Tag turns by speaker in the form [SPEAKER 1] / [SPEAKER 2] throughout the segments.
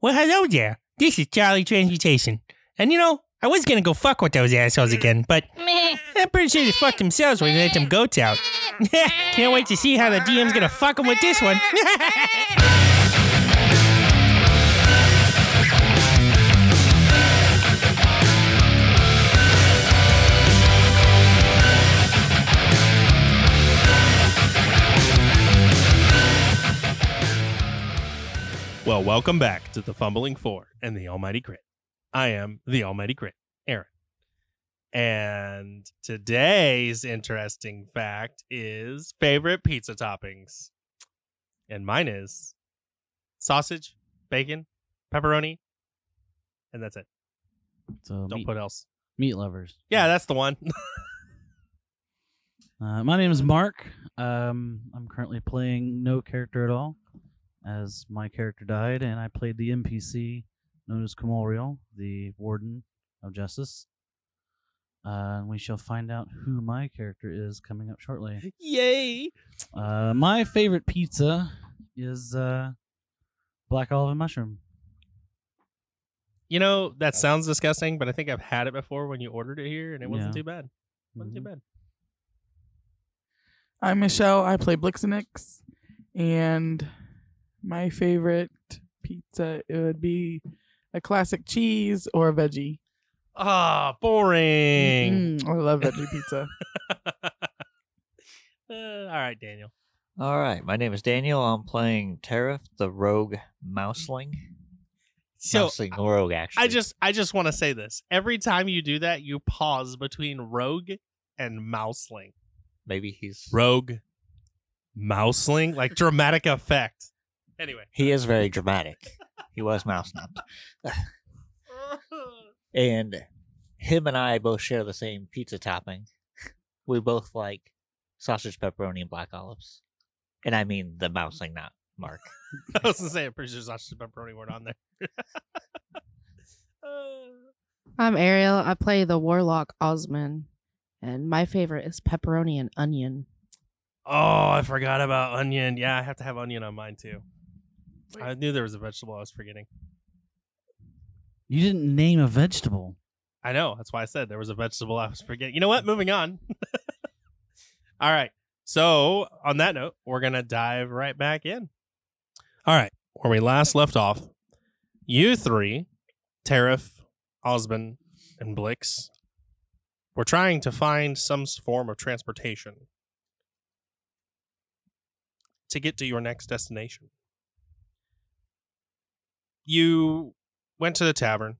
[SPEAKER 1] Well, hello there. This is Charlie Transmutation. And you know, I was gonna go fuck with those assholes again, but I'm pretty sure they fucked themselves when they let them goats out. Can't wait to see how the DM's gonna fuck them with this one.
[SPEAKER 2] Well, welcome back to the Fumbling Four and the Almighty Crit. I am the Almighty Crit, Aaron. And today's interesting fact is favorite pizza toppings. And mine is sausage, bacon, pepperoni, and that's it.
[SPEAKER 3] So
[SPEAKER 2] Don't
[SPEAKER 3] meat,
[SPEAKER 2] put else.
[SPEAKER 3] meat lovers.
[SPEAKER 2] Yeah, that's the one.
[SPEAKER 3] Uh, my name is Mark. Um, I'm currently playing no character at all, as my character died, and I played the NPC known as Comoriel, the Warden of Justice. Uh, and we shall find out who my character is coming up shortly.
[SPEAKER 2] Yay.
[SPEAKER 3] Uh, my favorite pizza is uh, black olive and mushroom.
[SPEAKER 2] You know, that sounds disgusting, but I think I've had it before when you ordered it here and it wasn't
[SPEAKER 3] Yeah.
[SPEAKER 2] too bad. Wasn't too
[SPEAKER 3] Mhm.
[SPEAKER 2] bad.
[SPEAKER 4] I'm Michelle. I play Blixenix, and my favorite pizza it would be a classic cheese or a veggie.
[SPEAKER 2] Ah, boring.
[SPEAKER 4] Mm, I love veggie pizza.
[SPEAKER 2] Uh, all right, Daniel.
[SPEAKER 5] All right, my name is Daniel. I'm playing Tariff, the rogue mouseling.
[SPEAKER 2] So
[SPEAKER 5] mouseling rogue, actually.
[SPEAKER 2] I just I just want to say this. Every time you do that, you pause between rogue and mouseling.
[SPEAKER 5] maybe he's
[SPEAKER 2] Rogue mouseling like dramatic effect. Anyway.
[SPEAKER 5] he is very dramatic. he was mouse napped. and him and I both share the same pizza topping. We both like sausage, pepperoni, and black olives. And I mean the mouseling, not Mark.
[SPEAKER 2] I was gonna say I'm pretty sure sausage and pepperoni weren't on there. Uh,
[SPEAKER 6] I'm Ariel. I play the warlock Osman, and my favorite is pepperoni and onion.
[SPEAKER 2] oh, I forgot about onion. Yeah, I have to have onion on mine too. I knew there was a vegetable I was forgetting.
[SPEAKER 3] You didn't name a vegetable.
[SPEAKER 2] I know. That's why I said there was a vegetable I was forgetting. You know what? Moving on. All right. So, on that note, we're going to dive right back in. All right. Where we last left off, you three, Tariff, Osmond, and Blix, were trying to find some s- form of transportation to get to your next destination. You went to the tavern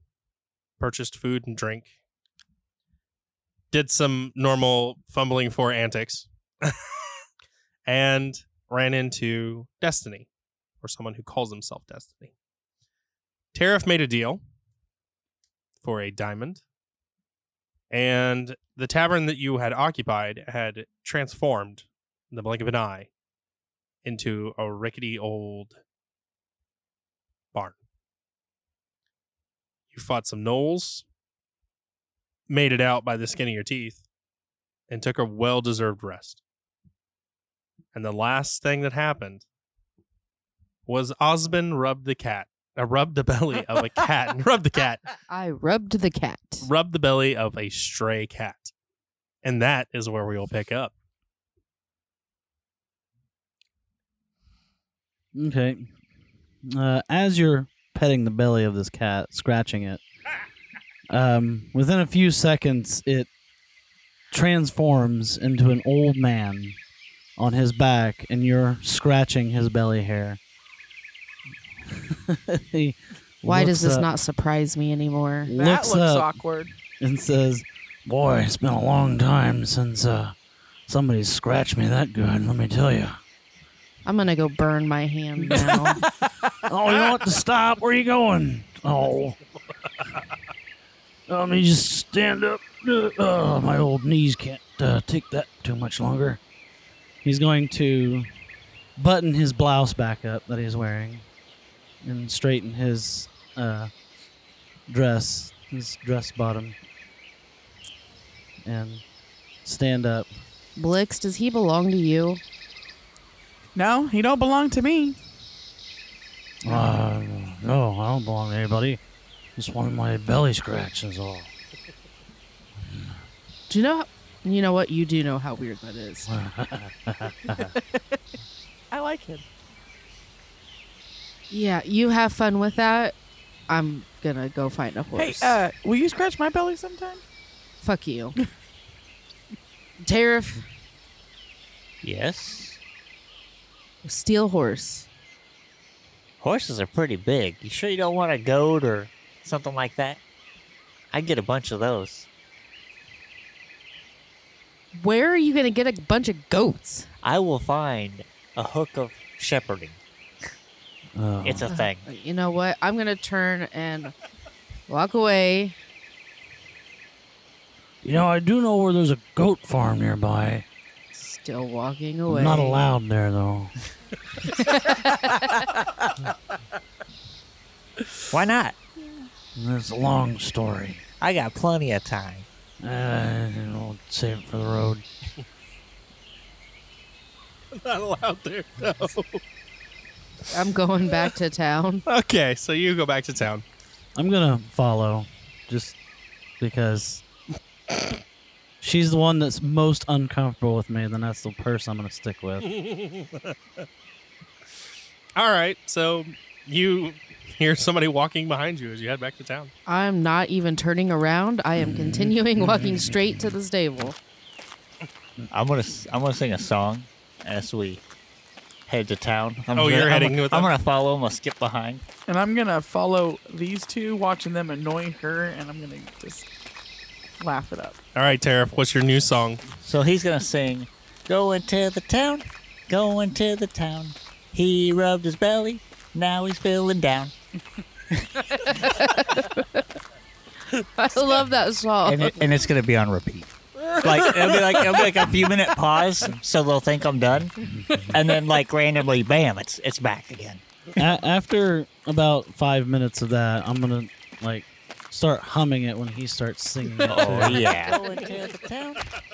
[SPEAKER 2] purchased food and drink, did some normal fumbling for antics, and ran into Destiny, or someone who calls himself Destiny. Tariff made a deal for a diamond, and the tavern that you had occupied had transformed in the blink of an eye into a rickety old barn. You fought some gnolls, made it out by the skin of your teeth, and took a well deserved rest. And the last thing that happened was Osmond rubbed the cat, uh, rubbed the belly of a cat, and rubbed the cat,
[SPEAKER 6] I rubbed the cat.
[SPEAKER 2] rubbed the belly of a stray cat. And that is where we will pick up.
[SPEAKER 3] Okay. Uh, as you're petting the belly of this cat, scratching it, um, within a few seconds, it transforms into an old man on his back, and you're scratching his belly hair. He
[SPEAKER 6] Why
[SPEAKER 3] looks
[SPEAKER 6] does
[SPEAKER 4] uh,
[SPEAKER 6] this
[SPEAKER 3] up-
[SPEAKER 6] not surprise me anymore?
[SPEAKER 4] that
[SPEAKER 3] looks
[SPEAKER 4] looks
[SPEAKER 3] up
[SPEAKER 4] awkward.
[SPEAKER 3] and says, "Boy, it's been a long time since uh, somebody scratched me that good. Let me tell you."
[SPEAKER 6] I'm gonna go burn my hand now.
[SPEAKER 3] Oh, you want to stop? Where you going? Oh. Let me just stand up. Uh, Oh, my old knees can't uh, take that too much longer. He's going to button his blouse back up that he's wearing and straighten his uh, dress, his dress bottom, and stand up.
[SPEAKER 6] Blix, does he belong to you?
[SPEAKER 4] No, he don't belong to me.
[SPEAKER 3] Uh, No, I don't belong to anybody. Just wanted my belly scratch is all.
[SPEAKER 6] Do you know? How, you know what? You do know how weird that is.
[SPEAKER 4] I like him.
[SPEAKER 6] Yeah, you have fun with that. I'm gonna go find a
[SPEAKER 4] Hey,
[SPEAKER 6] horse.
[SPEAKER 4] uh, will you scratch my belly sometime?
[SPEAKER 6] Fuck you. Tariff,
[SPEAKER 5] Yes.
[SPEAKER 6] steel horse.
[SPEAKER 5] Horses are pretty big. You sure you don't want a goat or something like that? I get a bunch of those.
[SPEAKER 6] Where are you gonna get a bunch of goats?
[SPEAKER 5] I will find a hook of shepherding.
[SPEAKER 3] Oh.
[SPEAKER 5] It's a thing.
[SPEAKER 6] You know what? I'm gonna turn and walk away.
[SPEAKER 3] you know, I do know where there's a goat farm nearby.
[SPEAKER 6] Still walking
[SPEAKER 3] I'm
[SPEAKER 6] away.
[SPEAKER 3] Not allowed there though.
[SPEAKER 5] Why not?
[SPEAKER 3] It's a long story.
[SPEAKER 5] I got plenty of time.
[SPEAKER 3] Uh, we'll save it for the road.
[SPEAKER 2] Not allowed there. No.
[SPEAKER 6] I'm going back to town.
[SPEAKER 2] Okay, so you go back to town.
[SPEAKER 3] I'm gonna follow, just because she's the one that's most uncomfortable with me. Then that's the person I'm gonna stick with.
[SPEAKER 2] All right, so you hear somebody walking behind you as you head back to town.
[SPEAKER 6] I'm not even turning around. I am continuing walking straight to the stable.
[SPEAKER 5] I'm gonna s- I'm gonna sing a song as we head to town. I'm
[SPEAKER 2] Oh,
[SPEAKER 5] gonna,
[SPEAKER 2] you're
[SPEAKER 5] I'm
[SPEAKER 2] heading
[SPEAKER 5] gonna-
[SPEAKER 2] with
[SPEAKER 5] I'm
[SPEAKER 2] them?
[SPEAKER 5] gonna follow them. I'll skip behind.
[SPEAKER 4] And I'm gonna follow these two, watching them annoy her, and I'm gonna just laugh it up.
[SPEAKER 2] All right, Tariff, what's your new song?
[SPEAKER 5] So he's gonna sing, "Going to the town, going to the town." He rubbed his belly. Now he's feeling down.
[SPEAKER 6] I love that song.
[SPEAKER 5] and, it, and it's gonna be on repeat. Like it'll be like it'll be like a few minute pause, so they'll think I'm done, and then like randomly, bam, it's it's back again.
[SPEAKER 3] A- after about five minutes of that, I'm gonna like start humming it when he starts singing. It
[SPEAKER 5] Oh
[SPEAKER 3] too.
[SPEAKER 5] yeah.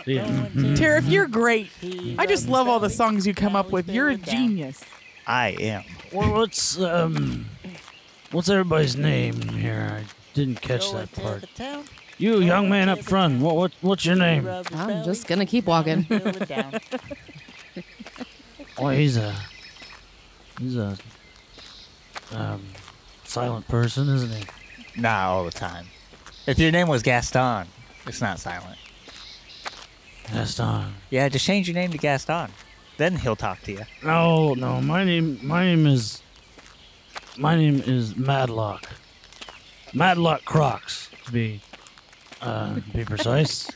[SPEAKER 3] yeah. Mm-hmm.
[SPEAKER 4] Tariff, you're great. I just love all the songs you come up with. You're a genius.
[SPEAKER 5] I am.
[SPEAKER 3] Well, what's um, what's everybody's name here? I didn't catch that part. You young man up front. What what what's your name?
[SPEAKER 6] I'm just gonna keep walking.
[SPEAKER 3] Oh, he's a he's a um silent person, isn't he?
[SPEAKER 5] Nah, all the time. If your name was Gaston, it's not silent.
[SPEAKER 3] Gaston.
[SPEAKER 5] Yeah, just change your name to Gaston, then he'll talk to you.
[SPEAKER 3] No, no. My name my name is my name is Madlock. Madlock Crocs to be uh to be precise.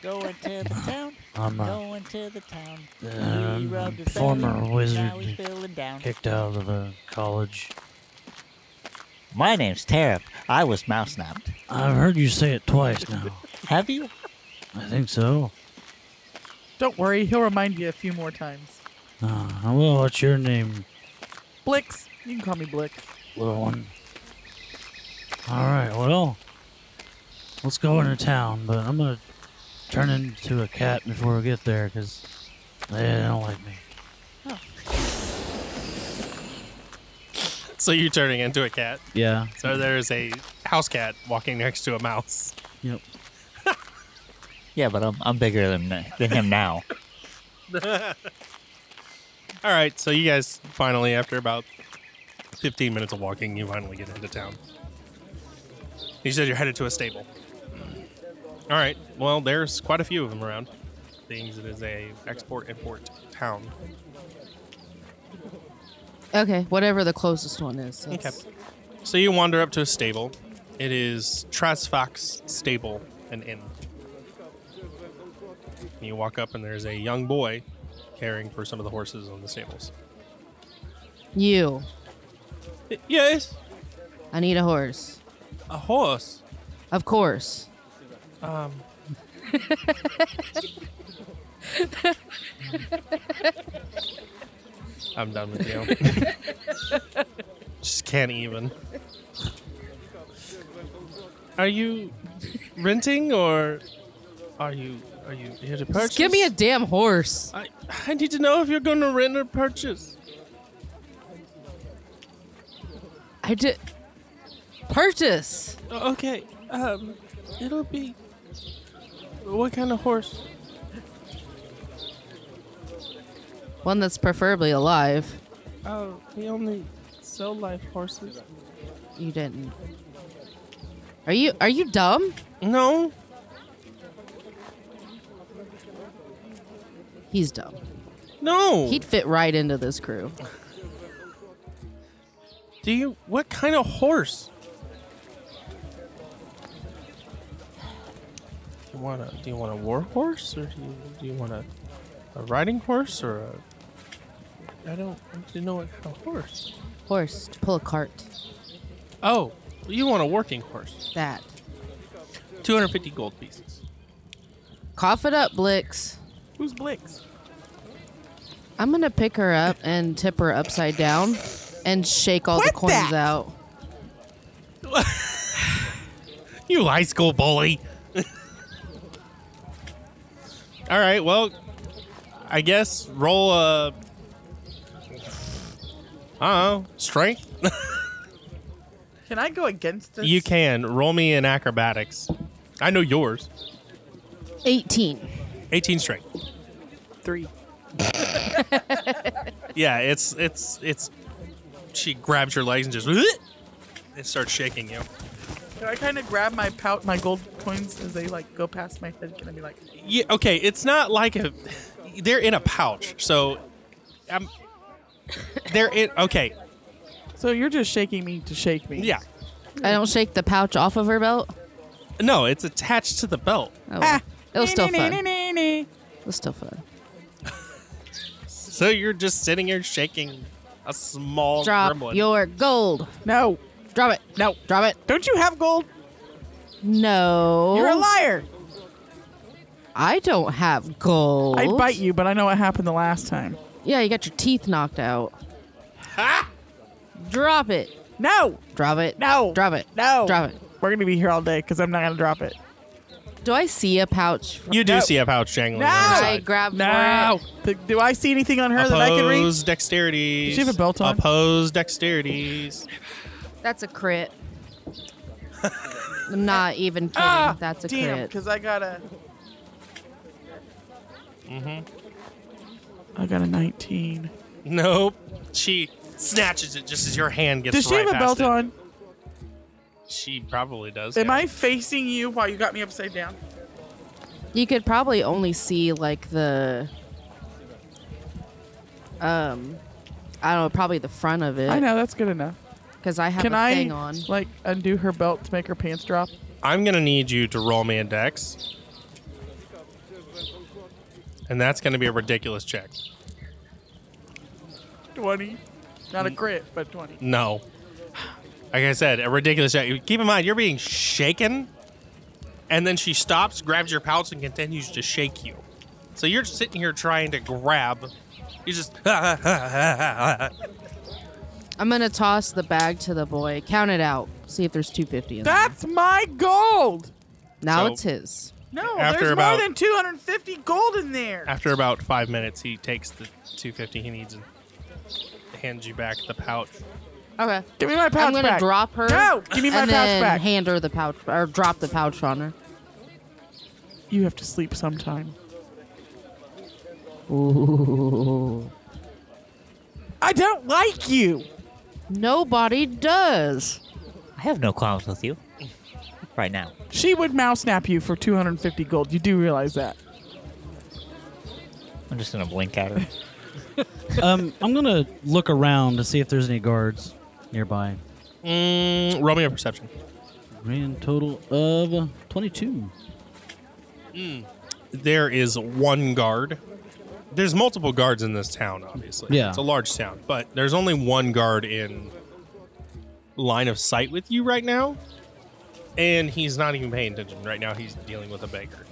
[SPEAKER 5] Going to the town,
[SPEAKER 3] I'm a,
[SPEAKER 5] going to the town.
[SPEAKER 3] uh former wizard
[SPEAKER 5] feeling down.
[SPEAKER 3] kicked out of a college.
[SPEAKER 5] My name's Tariff. I was mouse napped.
[SPEAKER 3] I've heard you say it twice now.
[SPEAKER 5] Have you?
[SPEAKER 3] I think so.
[SPEAKER 4] Don't worry, he'll remind you a few more times.
[SPEAKER 3] Uh, well, what's your name?
[SPEAKER 4] Blix, you can call me Blix.
[SPEAKER 3] little one. All right, well, let's go into town, but I'm gonna turn into a cat before we get there because they don't like me.
[SPEAKER 2] So you're turning into a cat.
[SPEAKER 3] Yeah.
[SPEAKER 2] So there's a house cat walking next to a mouse.
[SPEAKER 3] Yep.
[SPEAKER 5] Yeah, but I'm, I'm bigger than than him now.
[SPEAKER 2] All right, so you guys finally, after about 15 minutes of walking, you finally get into town. You said you're headed to a stable. All right, well, there's quite a few of them around, being it is a export-import town.
[SPEAKER 6] Okay, whatever the closest one is. that's-
[SPEAKER 2] So you wander up to a stable. It is Trasfax Stable and Inn. And you walk up, and there's a young boy caring for some of the horses on the stables.
[SPEAKER 6] You.
[SPEAKER 2] Yes,
[SPEAKER 6] I need a horse.
[SPEAKER 2] a horse.
[SPEAKER 6] Of course.
[SPEAKER 2] Um. I'm done with you. Just can't even. Are you renting or are you are you here to purchase?
[SPEAKER 6] Just give me a damn horse.
[SPEAKER 2] I I need to know if you're going to rent or purchase.
[SPEAKER 6] I did purchase.
[SPEAKER 1] Okay, um, it'll be. What kind of horse?
[SPEAKER 6] One that's preferably alive.
[SPEAKER 1] Oh, we only sell live horses.
[SPEAKER 6] You didn't. Are you are you dumb?
[SPEAKER 1] No.
[SPEAKER 6] He's dumb.
[SPEAKER 1] No.
[SPEAKER 6] He'd fit right into this crew.
[SPEAKER 1] Do you? What kind of horse? You want a? Do you want a war horse, or do you, do you want a, a riding horse, or a? I don't. I don't know what kind of horse.
[SPEAKER 6] Horse to pull a cart.
[SPEAKER 1] Oh, you want a working horse?
[SPEAKER 6] That.
[SPEAKER 1] Two hundred fifty gold pieces.
[SPEAKER 6] Cough it up, Blix.
[SPEAKER 1] Who's Blix?
[SPEAKER 6] I'm gonna pick her up and tip her upside down and shake all the coins out.
[SPEAKER 2] You high school bully. All right, well, I guess roll a. I don't know, strength?
[SPEAKER 4] Can I go against this?
[SPEAKER 2] You can. Roll me in acrobatics. I know yours.
[SPEAKER 6] 18.
[SPEAKER 2] 18 strength.
[SPEAKER 4] Three.
[SPEAKER 2] Yeah, it's, it's, it's. She grabs your legs and just. It starts shaking you.
[SPEAKER 4] Can I kind of grab my pout, my gold coins as they like go past my head? Can I be like,
[SPEAKER 2] Yeah, okay, it's not like a. They're in a pouch, so. I'm. They're in. Okay,
[SPEAKER 4] so you're just shaking me to shake me?
[SPEAKER 2] yeah.
[SPEAKER 6] I don't shake the pouch off of her belt.
[SPEAKER 2] No, it's attached to the belt.
[SPEAKER 6] Oh,
[SPEAKER 4] Ah.
[SPEAKER 6] It was still
[SPEAKER 4] Nee, nee, nee,
[SPEAKER 6] fun.
[SPEAKER 4] nee, nee, nee.
[SPEAKER 6] It was still fun.
[SPEAKER 2] So you're just sitting here shaking a small
[SPEAKER 6] Drop
[SPEAKER 2] gremlin.
[SPEAKER 6] your gold.
[SPEAKER 4] No,
[SPEAKER 6] Drop it.
[SPEAKER 4] no.
[SPEAKER 6] Drop it.
[SPEAKER 4] Don't you have gold?
[SPEAKER 6] No.
[SPEAKER 4] You're a liar.
[SPEAKER 6] I don't have gold.
[SPEAKER 4] I'd bite you, but I know what happened the last time.
[SPEAKER 6] Yeah, you got your teeth knocked out.
[SPEAKER 2] Ha!
[SPEAKER 6] Drop it.
[SPEAKER 4] No,
[SPEAKER 6] Drop it.
[SPEAKER 4] no,
[SPEAKER 6] Drop it.
[SPEAKER 4] no.
[SPEAKER 6] Drop it.
[SPEAKER 4] We're gonna be here all day because I'm not gonna drop it.
[SPEAKER 6] Do I see a pouch?
[SPEAKER 2] You do
[SPEAKER 4] No.
[SPEAKER 2] see a pouch dangling.
[SPEAKER 4] No.
[SPEAKER 2] On your
[SPEAKER 6] I
[SPEAKER 2] side.
[SPEAKER 6] grab
[SPEAKER 4] No.
[SPEAKER 6] for it.
[SPEAKER 4] Th- Do I see anything on her
[SPEAKER 2] Oppose
[SPEAKER 4] that I can read?
[SPEAKER 2] dexterity.
[SPEAKER 4] Does she have a belt on?
[SPEAKER 2] Oppose dexterities.
[SPEAKER 6] That's a crit. I'm not even kidding.
[SPEAKER 4] Ah,
[SPEAKER 6] That's a
[SPEAKER 4] damn,
[SPEAKER 6] crit.
[SPEAKER 4] because I got a.
[SPEAKER 2] hmm Mm-hmm.
[SPEAKER 4] I got a 19.
[SPEAKER 2] Nope. She snatches it just as your hand gets.
[SPEAKER 4] Does she
[SPEAKER 2] right
[SPEAKER 4] have a
[SPEAKER 2] past
[SPEAKER 4] belt
[SPEAKER 2] it.
[SPEAKER 4] on?
[SPEAKER 2] She probably does.
[SPEAKER 4] Am
[SPEAKER 2] yeah.
[SPEAKER 4] I facing you while you got me upside down?
[SPEAKER 6] You could probably only see like the um I don't know, probably the front of
[SPEAKER 4] I
[SPEAKER 6] it
[SPEAKER 4] know that's good enough.
[SPEAKER 6] because Uh, I have
[SPEAKER 4] Can
[SPEAKER 6] a
[SPEAKER 4] I
[SPEAKER 6] thing on.
[SPEAKER 4] like undo her belt to make her pants drop?
[SPEAKER 2] I'm gonna need you to roll me a dex. And that's going to be a ridiculous check.
[SPEAKER 4] 20. Not a crit, but 20.
[SPEAKER 2] No. Like I said, a ridiculous check. Keep in mind, you're being shaken, and then she stops, grabs your pouch, and continues to shake you. So you're just sitting here trying to grab. You just.
[SPEAKER 6] I'm gonna toss the bag to the boy. Count it out. See if there's 250 in there.
[SPEAKER 4] That's my gold.
[SPEAKER 6] Now
[SPEAKER 2] So-
[SPEAKER 6] it's his.
[SPEAKER 4] No,
[SPEAKER 2] After
[SPEAKER 4] there's
[SPEAKER 2] about-
[SPEAKER 4] more than 250 gold in there.
[SPEAKER 2] After about five minutes, he takes the 250 he needs and hands you back the pouch.
[SPEAKER 6] Okay.
[SPEAKER 4] Give me my pouch
[SPEAKER 6] I'm gonna
[SPEAKER 4] back.
[SPEAKER 6] drop her.
[SPEAKER 4] No, give me my
[SPEAKER 6] and
[SPEAKER 4] pouch
[SPEAKER 6] then
[SPEAKER 4] back.
[SPEAKER 6] hand her the pouch or drop the pouch on her.
[SPEAKER 4] You have to sleep sometime.
[SPEAKER 6] Ooh.
[SPEAKER 4] I don't like you.
[SPEAKER 6] Nobody does.
[SPEAKER 5] I have no qualms with you. Right now.
[SPEAKER 4] She would mouse snap you for 250 gold. You do realize that.
[SPEAKER 5] I'm just gonna blink at her.
[SPEAKER 3] um, I'm gonna look around to see if there's any guards nearby.
[SPEAKER 2] Mm, roll me a perception.
[SPEAKER 3] Grand total of uh, 22.
[SPEAKER 2] There is one guard. There's multiple guards in this town, obviously.
[SPEAKER 3] Yeah.
[SPEAKER 2] It's a large town, but there's only one guard in line of sight with you right now. And he's not even paying attention. Right now, he's dealing with a beggar.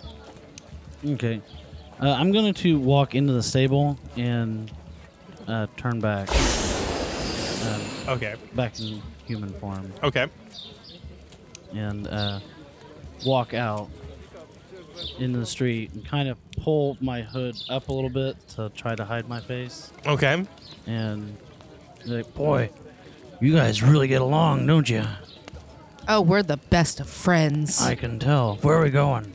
[SPEAKER 3] Okay, uh, I'm going to walk into the stable and uh, turn back, um,
[SPEAKER 2] Okay.
[SPEAKER 3] back in human form,
[SPEAKER 2] Okay.
[SPEAKER 3] and uh, walk out into the street and kind of pull my hood up a little bit to try to hide my face.
[SPEAKER 2] Okay.
[SPEAKER 3] and be like, boy, You guys really get along, don't you?
[SPEAKER 6] Oh, we're the best of friends.
[SPEAKER 3] I can tell. Where are we going?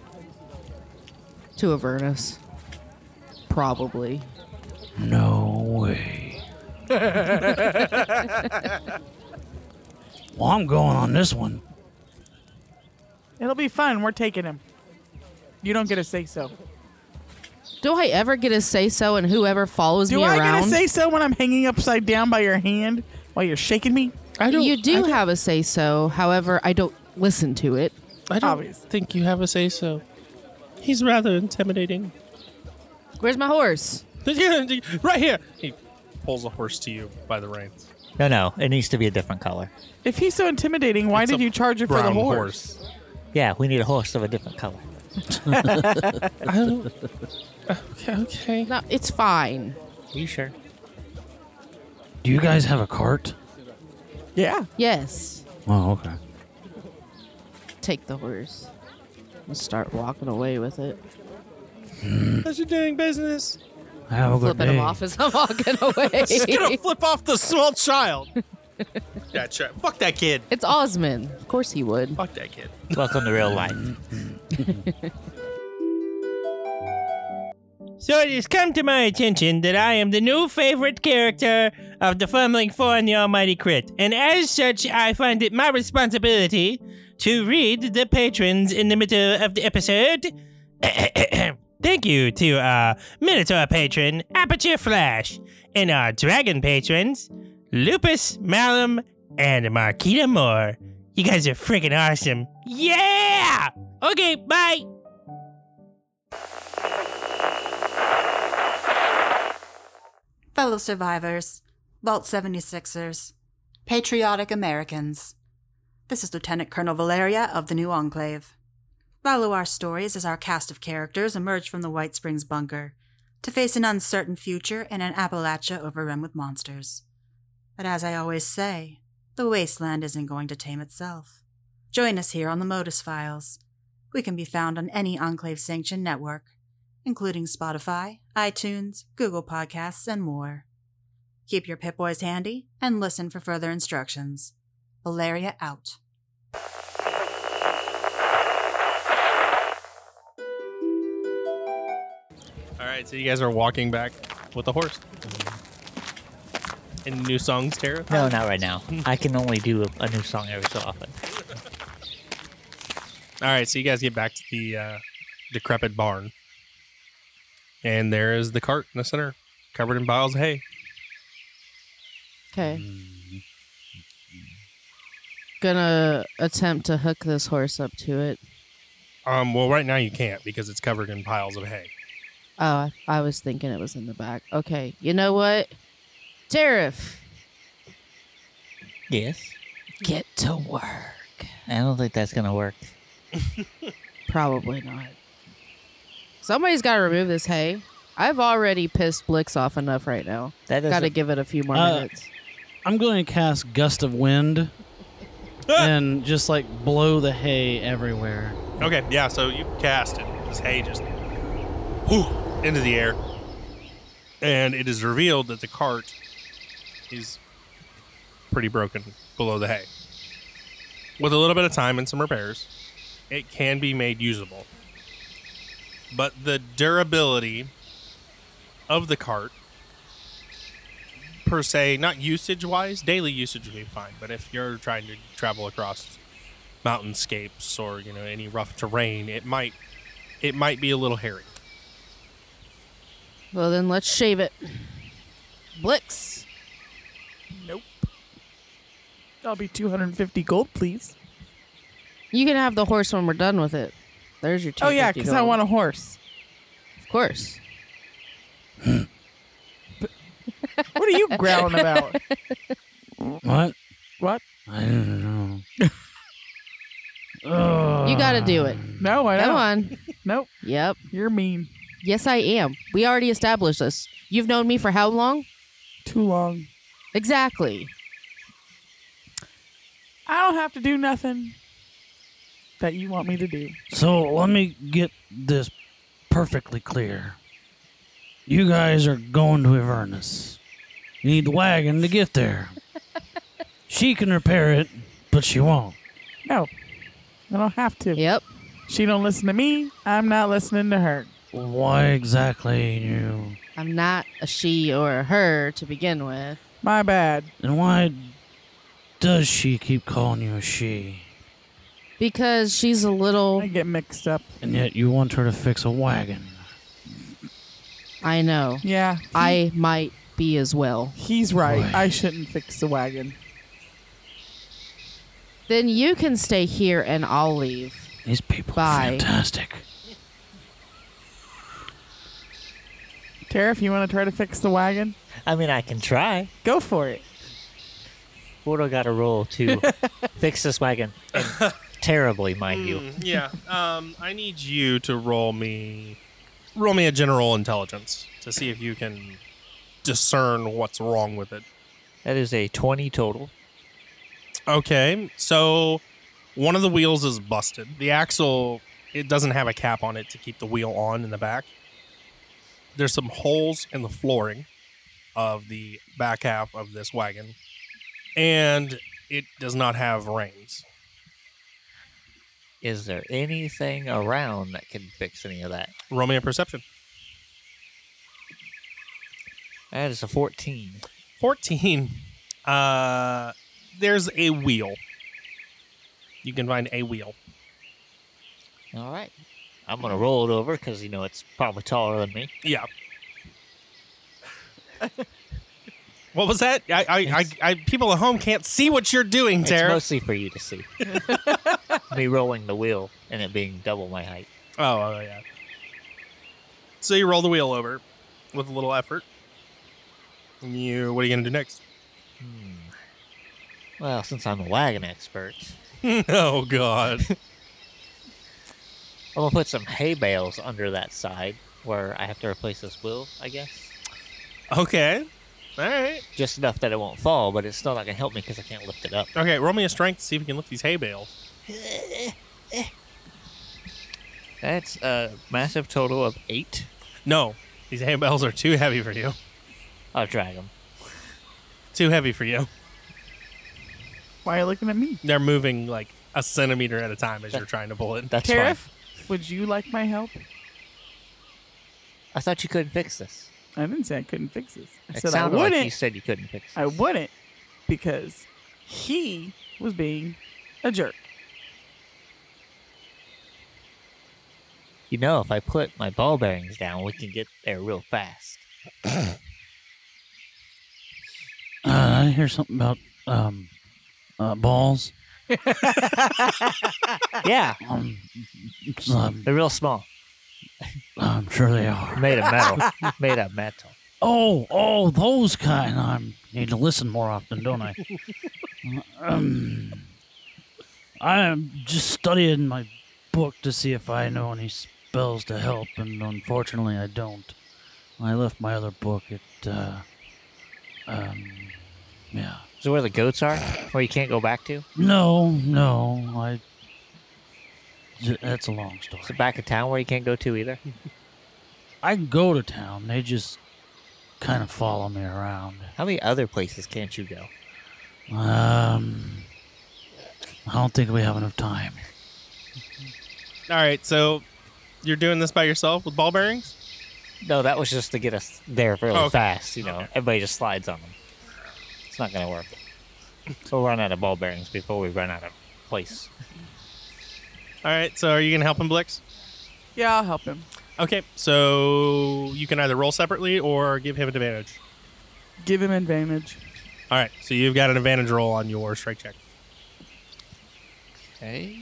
[SPEAKER 6] to Avernus. Probably.
[SPEAKER 3] No way. well, I'm going on this one.
[SPEAKER 4] It'll be fun. We're taking him. You don't get to say so.
[SPEAKER 6] Do I ever get a say so and whoever follows
[SPEAKER 4] Do
[SPEAKER 6] me
[SPEAKER 4] I
[SPEAKER 6] around?
[SPEAKER 4] get to say so when I'm hanging upside down by your hand while you're shaking me?
[SPEAKER 2] I don't.
[SPEAKER 6] you do have a say so. However, I don't listen to it.
[SPEAKER 2] I don't
[SPEAKER 4] Obvious.
[SPEAKER 2] think you have a say so. He's rather intimidating.
[SPEAKER 6] Where's my horse?
[SPEAKER 2] Right here. He pulls a horse to you by the reins.
[SPEAKER 5] No, no, it needs to be a different color.
[SPEAKER 4] If he's so intimidating, why
[SPEAKER 2] It's
[SPEAKER 4] did
[SPEAKER 2] a
[SPEAKER 4] you charge it for the
[SPEAKER 2] brown
[SPEAKER 4] horse?
[SPEAKER 5] Yeah, we need a horse of a different color.
[SPEAKER 2] I don't. Okay, okay.
[SPEAKER 6] No, it's fine.
[SPEAKER 5] Are you sure?
[SPEAKER 3] Do you guys have a cart?
[SPEAKER 4] Yeah.
[SPEAKER 6] Yes.
[SPEAKER 3] Oh, okay.
[SPEAKER 6] Take the horse. I'll start walking away with it.
[SPEAKER 2] How's you doing business?
[SPEAKER 3] Have a good
[SPEAKER 6] Flipping
[SPEAKER 3] day.
[SPEAKER 6] him off as I'm walking away.
[SPEAKER 2] She's gonna flip off the small child. That's right. Fuck that kid.
[SPEAKER 6] it's Osman. Of course he would.
[SPEAKER 2] Fuck that kid.
[SPEAKER 5] Welcome to real life.
[SPEAKER 1] So it has come to my attention that I am the new favorite character of the Fumbling Four and the Almighty Crit, and as such, I find it my responsibility to read the patrons in the middle of the episode. Thank you to our Minotaur patron, Aperture Flash, and our Dragon patrons, Lupus, Malum, and Marquita Moore. You guys are freaking awesome. Yeah! Okay, bye!
[SPEAKER 7] fellow survivors, Vault 76ers, patriotic Americans. This is Lieutenant Colonel Valeria of the New Enclave. Follow our stories as our cast of characters emerge from the White Springs bunker to face an uncertain future in an Appalachia overrun with monsters. But as I always say, the wasteland isn't going to tame itself. Join us here on the Modus Files. We can be found on any Enclave sanctioned network including Spotify, iTunes, Google Podcasts, and more. Keep your Pip Boys handy and listen for further instructions. Valeria out.
[SPEAKER 2] All right, so you guys are walking back with the horse. Any new songs, Tara?
[SPEAKER 5] No, not right now. I can only do a, a new song every so often.
[SPEAKER 2] All right, so you guys get back to the uh, decrepit barn, and there is the cart in the center, covered in piles of hay.
[SPEAKER 6] Okay. Gonna attempt to hook this horse up to it.
[SPEAKER 2] Um, well, right now you can't because it's covered in piles of hay.
[SPEAKER 6] Oh, I, I was thinking it was in the back. Okay. You know what? Tariff,
[SPEAKER 5] Yes?
[SPEAKER 6] get to work.
[SPEAKER 5] I don't think that's going to work.
[SPEAKER 6] Probably not. Somebody's got to remove this hay. I've already pissed Blix off enough right now.
[SPEAKER 5] That doesn't.
[SPEAKER 6] Got to give it a few more
[SPEAKER 3] Uh,
[SPEAKER 6] minutes.
[SPEAKER 3] I'm going to cast Gust of Wind and just like blow the hay everywhere.
[SPEAKER 2] Okay, yeah, so you cast it. This hay just whew, into the air. And it is revealed that the cart is pretty broken below the hay. With a little bit of time and some repairs, it can be made usable. But the durability of the cart, per se, not usage wise, daily usage would be fine. But if you're trying to travel across mountainscapes or you know any rough terrain, it might it might be a little hairy.
[SPEAKER 6] well, then let's shave it. Blix,
[SPEAKER 4] That'll be 250 gold, please.
[SPEAKER 6] you can have the horse when we're done with it. There's your two.
[SPEAKER 4] Oh, yeah, because I want a horse.
[SPEAKER 6] Of course.
[SPEAKER 4] What are you growling about?
[SPEAKER 3] What?
[SPEAKER 4] What?
[SPEAKER 3] I don't know. Ugh.
[SPEAKER 6] You got to do it.
[SPEAKER 4] No, I don't.
[SPEAKER 6] Come on.
[SPEAKER 4] Nope,
[SPEAKER 6] Yep.
[SPEAKER 4] you're mean.
[SPEAKER 6] Yes, I am. We already established this. You've known me for how long?
[SPEAKER 4] Too long.
[SPEAKER 6] Exactly.
[SPEAKER 4] I don't have to do nothing that you want me to do.
[SPEAKER 3] So let me get this perfectly clear. You guys are going to Avernus. You need the wagon to get there. She can repair it, but she won't.
[SPEAKER 4] No, I don't have to.
[SPEAKER 6] Yep.
[SPEAKER 4] She don't listen to me. I'm not listening to her.
[SPEAKER 3] Why exactly you?
[SPEAKER 6] I'm not a she or a her to begin with.
[SPEAKER 4] My bad.
[SPEAKER 3] And why does she keep calling you a she?
[SPEAKER 6] Because she's a little.
[SPEAKER 4] I get mixed up.
[SPEAKER 3] And yet you want her to fix a wagon.
[SPEAKER 6] I know.
[SPEAKER 4] Yeah,
[SPEAKER 6] I might be as well.
[SPEAKER 4] he's right.
[SPEAKER 3] Boy.
[SPEAKER 4] I shouldn't fix the wagon.
[SPEAKER 6] Then you can stay here and I'll leave.
[SPEAKER 3] These people are
[SPEAKER 6] Bye.
[SPEAKER 3] fantastic.
[SPEAKER 4] Tara, if you want to try to fix the wagon,
[SPEAKER 5] I mean, I can try.
[SPEAKER 4] go for it.
[SPEAKER 5] Bordo got a roll to fix this wagon. And terribly, mind you.
[SPEAKER 2] Mm, yeah. Um, I need you to roll me, roll me a general intelligence to see if you can discern what's wrong with it.
[SPEAKER 5] That is a 20 total.
[SPEAKER 2] Okay, so one of the wheels is busted. The axle it doesn't have a cap on it to keep the wheel on in the back. There's some holes in the flooring of the back half of this wagon, and it does not have reins.
[SPEAKER 5] Is there anything around that can fix any of that?
[SPEAKER 2] Roll me a perception.
[SPEAKER 5] That is a 14.
[SPEAKER 2] 14 uh there's a wheel you can find a wheel
[SPEAKER 5] All right. I'm going to roll it over because, you know, it's probably taller than me.
[SPEAKER 2] yeah what was that I, I i i people at home can't see what you're doing
[SPEAKER 5] It's
[SPEAKER 2] tara
[SPEAKER 5] mostly for you to see. me rolling the wheel and it being double my height.
[SPEAKER 2] oh oh, yeah so you roll the wheel over with a little effort you what are you gonna do next
[SPEAKER 5] Hmm. Well, since I'm a wagon expert,
[SPEAKER 2] oh god
[SPEAKER 5] I'm going to put some hay bales under that side where I have to replace this wheel, I guess.
[SPEAKER 2] okay all right
[SPEAKER 5] Just enough that it won't fall, but it's still not going to help me because I can't lift it up.
[SPEAKER 2] okay roll me a strength to see if you can lift these hay bales
[SPEAKER 5] That's a massive total of eight.
[SPEAKER 2] no these hay bales are too heavy for you
[SPEAKER 5] I'll drag them.
[SPEAKER 2] too heavy for you
[SPEAKER 4] Why are you looking at me?
[SPEAKER 2] they're moving like a centimeter at a time as you're trying to pull it.
[SPEAKER 5] That's fine.
[SPEAKER 4] Tariff, would you like my help?
[SPEAKER 5] I thought you couldn't fix this.
[SPEAKER 4] I didn't say I couldn't fix this. I
[SPEAKER 5] It
[SPEAKER 4] said I
[SPEAKER 5] sounded
[SPEAKER 4] wouldn't.
[SPEAKER 5] like you said you couldn't fix.
[SPEAKER 4] I
[SPEAKER 5] this.
[SPEAKER 4] wouldn't because he was being a jerk.
[SPEAKER 5] You know, if I put my ball bearings down, we can get there real fast.
[SPEAKER 3] Uh, I hear something about um, uh, balls.
[SPEAKER 5] yeah,
[SPEAKER 3] Um, um,
[SPEAKER 5] they're real small,
[SPEAKER 3] I'm sure they are.
[SPEAKER 5] made of metal, made of metal.
[SPEAKER 3] Oh, oh, those kind. I need to listen more often, don't I? um, I'm just studying my book to see if I know any spells to help, and unfortunately, I don't. I left my other book at, uh, um, yeah.
[SPEAKER 5] Is it where the goats are, where you can't go back to?
[SPEAKER 3] No, no, I. J- That's a long
[SPEAKER 5] Is it
[SPEAKER 3] story.
[SPEAKER 5] back of town where you can't go to either?
[SPEAKER 3] I can go to town. They just kind of follow me around.
[SPEAKER 5] How many other places can't you go?
[SPEAKER 3] Um, I don't think we have enough time.
[SPEAKER 2] All right, so you're doing this by yourself with ball bearings?
[SPEAKER 5] No, that was just to get us there really
[SPEAKER 2] Oh, okay.
[SPEAKER 5] fast. You know, everybody just slides on them. It's not gonna work. We'll run out of ball bearings before we run out of place.
[SPEAKER 2] All right, so are you gonna help him, Blix?
[SPEAKER 4] Yeah, I'll help him.
[SPEAKER 2] Okay, so you can either roll separately or give him an advantage.
[SPEAKER 4] Give him advantage.
[SPEAKER 2] All right, so you've got an advantage roll on your strike check.
[SPEAKER 5] Okay.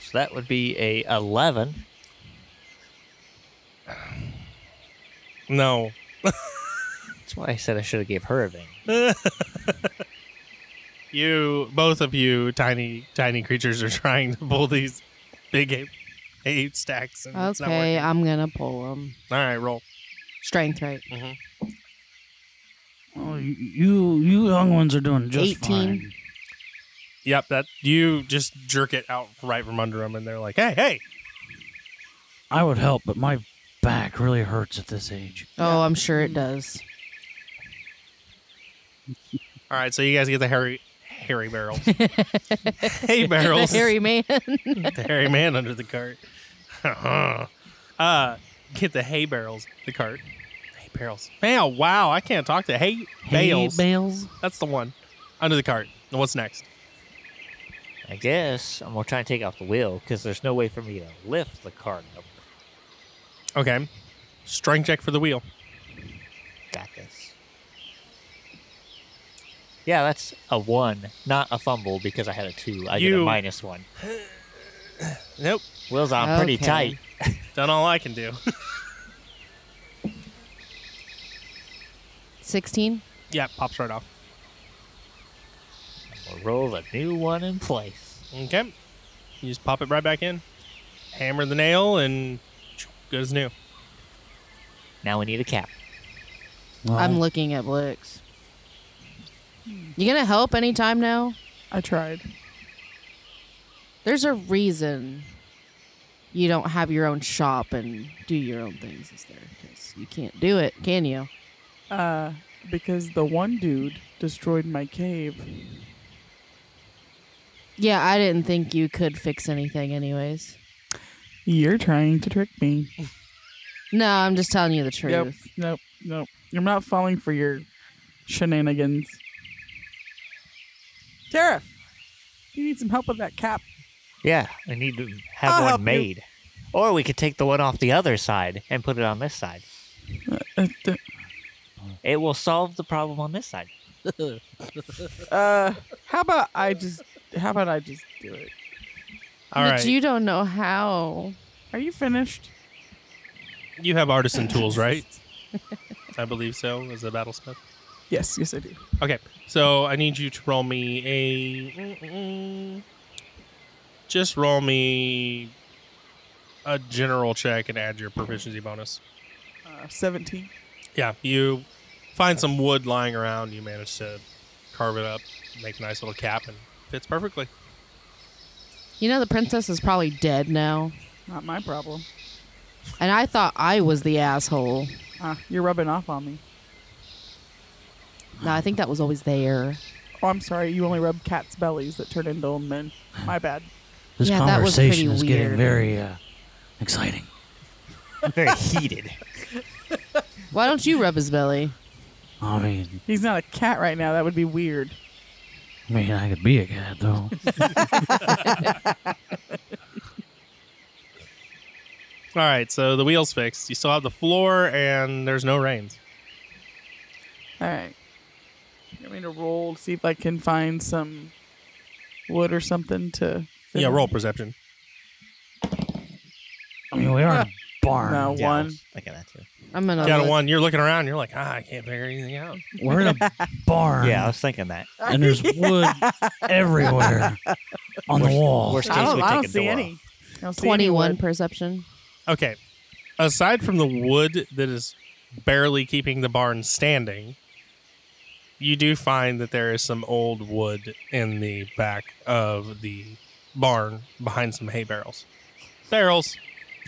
[SPEAKER 5] So that would be a eleven.
[SPEAKER 2] No,
[SPEAKER 5] That's why I said I should have gave her a vein.
[SPEAKER 2] you, both of you, tiny, tiny creatures are trying to pull these big eight, eight stacks. And It's not
[SPEAKER 6] Okay,
[SPEAKER 2] working.
[SPEAKER 6] I'm gonna pull him.
[SPEAKER 2] All right, roll.
[SPEAKER 6] Strength, right?
[SPEAKER 3] Oh, y- you, you young ones are doing just
[SPEAKER 6] 18.
[SPEAKER 3] fine.
[SPEAKER 2] Yep, that you just jerk it out right from under them, and they're like, "Hey, hey!"
[SPEAKER 3] I would help, but my back really hurts at this age.
[SPEAKER 6] Oh, I'm sure it does.
[SPEAKER 2] All right, so you guys get the hairy, hairy barrels. Hay barrels.
[SPEAKER 6] The hairy man.
[SPEAKER 2] the hairy man under the cart. uh, get the hay barrels, the cart. Hay barrels. Man, wow, I can't talk to hay, bales.
[SPEAKER 3] bales.
[SPEAKER 2] That's the one. Under the cart. And what's next?
[SPEAKER 5] I guess I'm gonna try and take off the wheel because there's no way for me to lift the Oh, cart up.
[SPEAKER 2] Okay. Strength check for the wheel.
[SPEAKER 5] Got this. Yeah, that's a one, not a fumble because I had a two. I get
[SPEAKER 2] You-
[SPEAKER 5] a minus one.
[SPEAKER 2] Nope.
[SPEAKER 5] Wheels on pretty
[SPEAKER 6] Okay.
[SPEAKER 5] tight.
[SPEAKER 2] Done all I can do.
[SPEAKER 6] 16.
[SPEAKER 2] yeah, pops right off.
[SPEAKER 5] We'll roll a new one in place.
[SPEAKER 2] Okay. You just pop it right back in. Hammer the nail and good as new.
[SPEAKER 5] Now we need a cap.
[SPEAKER 6] I'm looking at Blix. You gonna help anytime now?
[SPEAKER 4] I tried.
[SPEAKER 6] There's a reason you don't have your own shop and do your own things, is there? Because you can't do it, can you?
[SPEAKER 4] Uh, because the one dude destroyed my cave.
[SPEAKER 6] Yeah, I didn't think you could fix anything, anyways.
[SPEAKER 4] You're trying to trick me.
[SPEAKER 6] No, I'm just telling you the truth.
[SPEAKER 4] Yep. Nope. Nope. I'm not falling for your shenanigans. Tariff, you need some help with that cap.
[SPEAKER 5] Yeah, I need to have
[SPEAKER 4] I'll help
[SPEAKER 5] one
[SPEAKER 4] you.
[SPEAKER 5] made. Or we could take the one off the other side and put it on this side.
[SPEAKER 4] Uh, d-
[SPEAKER 5] It will solve the problem on this side.
[SPEAKER 4] uh, how about I just? How about I just do it?
[SPEAKER 2] All
[SPEAKER 6] but
[SPEAKER 2] right. You-,
[SPEAKER 6] you don't know how.
[SPEAKER 4] Are you finished?
[SPEAKER 2] have artisan tools, right? I believe so, as a battlesmith.
[SPEAKER 4] Yes. Yes, I do.
[SPEAKER 2] Okay. So I need you to roll me a. mm, mm, Just roll me a general check and add your proficiency bonus.
[SPEAKER 4] Uh, Seventeen.
[SPEAKER 2] Yeah, you find some wood lying around. You manage to carve it up, make a nice little cap, and fits perfectly.
[SPEAKER 6] You know, the princess is probably dead now.
[SPEAKER 4] Not my problem.
[SPEAKER 6] And I thought I was the asshole.
[SPEAKER 4] Ah, you're rubbing off on me.
[SPEAKER 6] No, I think that was always there.
[SPEAKER 4] Oh, I'm sorry. You only rub cats' bellies that turn into old men. My bad.
[SPEAKER 3] This
[SPEAKER 6] Yeah, that was
[SPEAKER 3] conversation
[SPEAKER 6] pretty
[SPEAKER 3] is
[SPEAKER 6] weird.
[SPEAKER 3] getting very uh, exciting.
[SPEAKER 5] Very heated.
[SPEAKER 6] Why don't you rub his belly?
[SPEAKER 3] I mean,
[SPEAKER 4] He's not a cat right now. That would be weird.
[SPEAKER 3] I mean, I could be a cat though.
[SPEAKER 2] All right, so the wheel's fixed. You still have the floor, and there's no rains.
[SPEAKER 4] All right. You want me to roll to see if I can find some wood or something to? fit
[SPEAKER 2] Yeah,
[SPEAKER 4] in?
[SPEAKER 2] roll perception.
[SPEAKER 3] I mean, we are in a barn.
[SPEAKER 4] No
[SPEAKER 5] Yeah, I
[SPEAKER 4] one.
[SPEAKER 5] was thinking that too.
[SPEAKER 6] I'm gonna.
[SPEAKER 2] Got a
[SPEAKER 6] look.
[SPEAKER 2] one. You're looking around. You're like, ah, I can't figure anything out.
[SPEAKER 3] We're in a barn.
[SPEAKER 5] Yeah, I was thinking that.
[SPEAKER 3] And there's wood everywhere on the
[SPEAKER 5] Worst-
[SPEAKER 3] wall.
[SPEAKER 5] worst
[SPEAKER 4] I
[SPEAKER 5] case, we
[SPEAKER 4] don't, I
[SPEAKER 5] take
[SPEAKER 4] don't
[SPEAKER 5] a
[SPEAKER 4] see
[SPEAKER 5] door
[SPEAKER 4] any.
[SPEAKER 5] off.
[SPEAKER 4] I don't see any
[SPEAKER 6] Twenty-one
[SPEAKER 4] wood.
[SPEAKER 6] perception.
[SPEAKER 2] Okay. Aside from the wood that is barely keeping the barn standing, you do find that there is some old wood in the back of the barn behind some hay barrels. Barrels.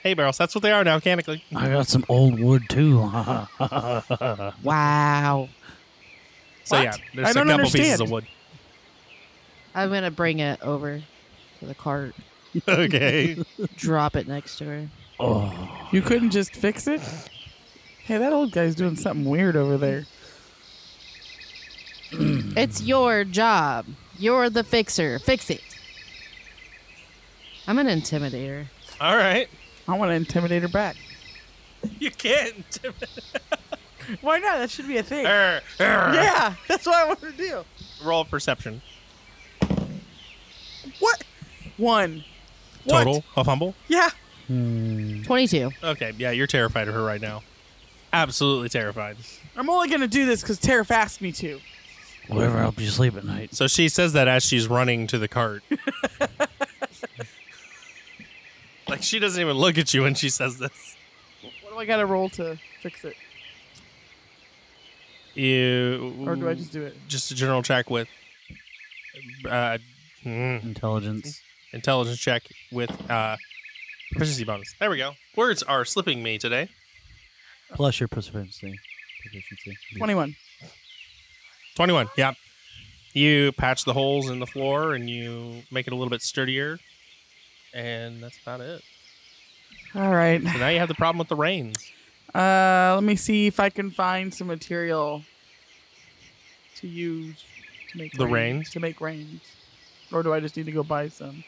[SPEAKER 2] Hay barrels. That's what they are now, mechanically.
[SPEAKER 3] I got some old wood too.
[SPEAKER 6] Wow.
[SPEAKER 2] So yeah,
[SPEAKER 4] What?
[SPEAKER 2] there's
[SPEAKER 4] I
[SPEAKER 2] a
[SPEAKER 4] don't
[SPEAKER 2] couple pieces
[SPEAKER 4] understand.
[SPEAKER 2] of wood.
[SPEAKER 6] I'm gonna bring it over to the cart.
[SPEAKER 2] okay.
[SPEAKER 6] Drop it next to her.
[SPEAKER 3] oh,
[SPEAKER 4] You couldn't just fix it? Hey, that old guy's doing something weird over there.
[SPEAKER 6] It's your job. You're the fixer. Fix it. I'm an intimidator.
[SPEAKER 2] All right.
[SPEAKER 4] I want to intimidate her back.
[SPEAKER 2] You can't.
[SPEAKER 4] Why not? That should be a thing.
[SPEAKER 2] Arr, arr.
[SPEAKER 4] Yeah, that's what I want to do.
[SPEAKER 2] Roll perception.
[SPEAKER 4] What? One.
[SPEAKER 2] Total of humble.
[SPEAKER 4] Yeah.
[SPEAKER 6] Twenty-two.
[SPEAKER 2] Okay, yeah, you're terrified of her right now. Absolutely terrified.
[SPEAKER 4] I'm only going to do this because Tariff asked me to.
[SPEAKER 3] whatever helps you sleep at night.
[SPEAKER 2] So she says that as she's running to the cart. like she doesn't even look at you when she says this.
[SPEAKER 4] What do I got to roll to fix it?
[SPEAKER 2] You
[SPEAKER 4] Or do I just do it?
[SPEAKER 2] just a general check with uh, mm,
[SPEAKER 3] Intelligence.
[SPEAKER 2] intelligence check with uh, proficiency bonus? There we go. Words are slipping me today.
[SPEAKER 3] Plus your proficiency. Proficiency.
[SPEAKER 4] 21.
[SPEAKER 2] Twenty-one. Yeah. You patch the holes in the floor and you make it a little bit sturdier, and that's about it.
[SPEAKER 4] All right.
[SPEAKER 2] So now you have the problem with the rains.
[SPEAKER 4] Uh, let me see if I can find some material to use to make
[SPEAKER 2] The
[SPEAKER 4] reins-
[SPEAKER 2] reins?
[SPEAKER 4] to make reins, or do I just need to go buy some?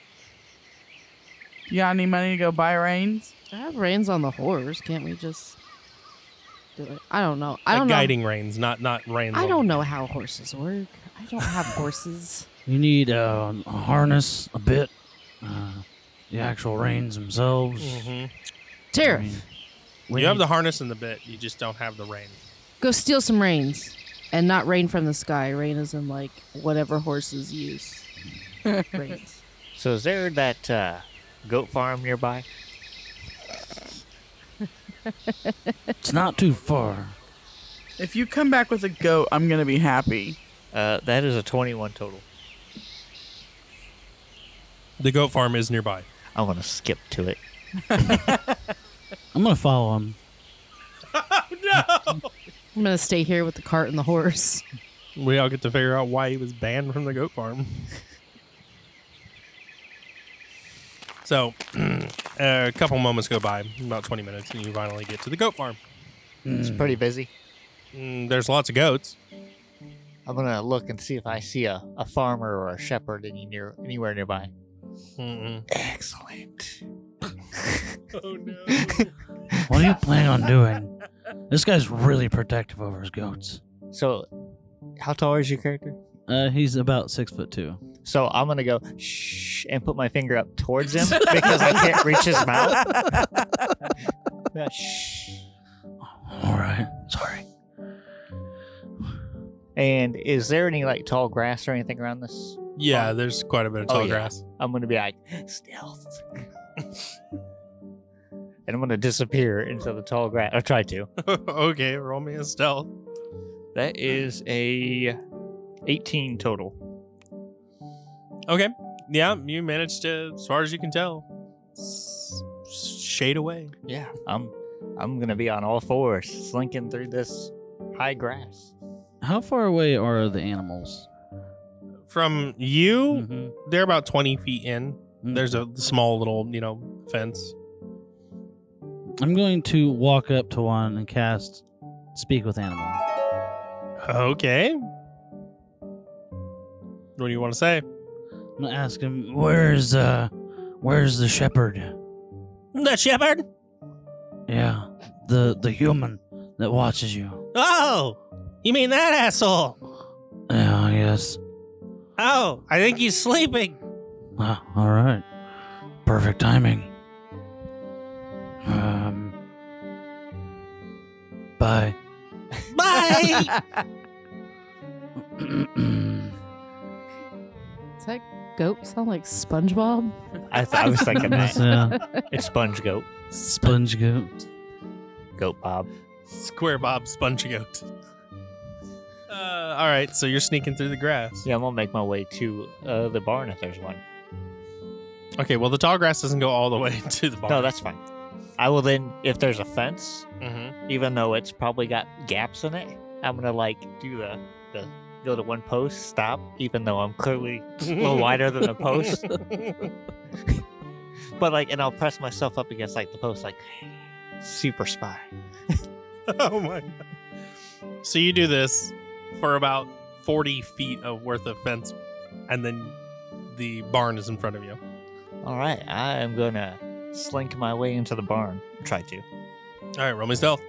[SPEAKER 4] You got any money to go buy reins?
[SPEAKER 6] I have reins on the horse. Can't we just do it? I don't know. I
[SPEAKER 2] Like
[SPEAKER 6] don't know.
[SPEAKER 2] guiding reins, not not rain.
[SPEAKER 6] I don't know how horses work. I don't have horses.
[SPEAKER 3] You need uh, a harness, a bit, uh, the actual reins themselves.
[SPEAKER 2] hmm
[SPEAKER 3] I
[SPEAKER 6] Tariff,
[SPEAKER 3] mean,
[SPEAKER 2] You have the harness and the bit. You just don't have the rein.
[SPEAKER 6] go steal some reins, and not rain from the sky. Rain is in like whatever horses use. Reins.
[SPEAKER 5] So is there that uh, goat farm nearby?
[SPEAKER 3] It's not too far.
[SPEAKER 4] If you come back with a goat, I'm gonna be happy.
[SPEAKER 5] Uh, that is a 21 total.
[SPEAKER 2] The goat farm is nearby.
[SPEAKER 5] I'm gonna skip to it.
[SPEAKER 3] I'm gonna follow him.
[SPEAKER 6] I'm gonna stay here with the cart and the horse.
[SPEAKER 2] We all get to figure out why he was banned from the goat farm. so, a couple moments go by, about 20 minutes, and you finally get to the goat farm.
[SPEAKER 5] It's pretty busy.
[SPEAKER 2] Mm, there's lots of goats.
[SPEAKER 5] I'm gonna look and see if I see a, a farmer or a shepherd any near anywhere nearby.
[SPEAKER 2] Mm-mm.
[SPEAKER 5] Excellent.
[SPEAKER 2] Oh, no.
[SPEAKER 3] What do you plan on doing? This guy's really protective over his goats.
[SPEAKER 5] So, how tall is your character?
[SPEAKER 3] Uh, he's about six foot two.
[SPEAKER 5] So I'm gonna go shh and put my finger up towards him because I can't reach his mouth. Yeah, shh.
[SPEAKER 3] All right, sorry.
[SPEAKER 5] And is there any like tall grass or anything around this?
[SPEAKER 2] Yeah, there's quite a bit of
[SPEAKER 5] Oh,
[SPEAKER 2] tall
[SPEAKER 5] yeah.
[SPEAKER 2] grass.
[SPEAKER 5] I'm gonna be like stealth, and I'm gonna disappear into the tall grass. I try to.
[SPEAKER 2] okay, roll me a stealth.
[SPEAKER 5] That is a 18 total.
[SPEAKER 2] Okay. Yeah, you managed to, as far as you can tell, s- shade away.
[SPEAKER 5] Yeah, I'm I'm gonna be on all fours, slinking through this high grass.
[SPEAKER 3] How far away are the animals?
[SPEAKER 2] From you,
[SPEAKER 3] Mm-hmm.
[SPEAKER 1] Hmm.
[SPEAKER 2] they're about 20 feet in.
[SPEAKER 3] Mm.
[SPEAKER 2] There's a small little, you know, fence.
[SPEAKER 3] I'm going to walk up to one and cast Speak with Animal.
[SPEAKER 2] Okay. What do you want to say?
[SPEAKER 3] I'm gonna ask him, "Where's uh, where's the shepherd?
[SPEAKER 1] The shepherd?
[SPEAKER 3] Yeah, the the human that watches you.
[SPEAKER 1] Oh, you mean that asshole?
[SPEAKER 3] Yeah, yes.
[SPEAKER 1] Oh, I think he's sleeping.
[SPEAKER 3] Ah, all right. Perfect timing. Um. Bye.
[SPEAKER 1] Bye.
[SPEAKER 6] Does that goat sound like SpongeBob?
[SPEAKER 5] I, th- I was thinking
[SPEAKER 3] That's,
[SPEAKER 5] that
[SPEAKER 3] uh,
[SPEAKER 5] it's sponge goat,
[SPEAKER 3] sponge goat.
[SPEAKER 5] goat Bob.
[SPEAKER 2] Square Bob sponge goat. Uh, all right, so you're sneaking through the grass.
[SPEAKER 5] Yeah, I'm gonna make my way to uh, the barn if there's one.
[SPEAKER 2] Okay, well, the tall grass doesn't go all the way to the barn.
[SPEAKER 5] No, that's fine. I will then, if there's a fence,
[SPEAKER 2] Mhm.
[SPEAKER 5] even though it's probably got gaps in it, I'm gonna like do the the go to one post, stop, even though I'm clearly a little wider than the post. but like, and I'll press myself up against like the post, like super spy.
[SPEAKER 2] oh my god. So you do this for about 40 feet of worth of fence, and then the barn is in front of you.
[SPEAKER 5] All right, I am gonna slink my way into the barn. Try to.
[SPEAKER 2] All right, roll me stealth.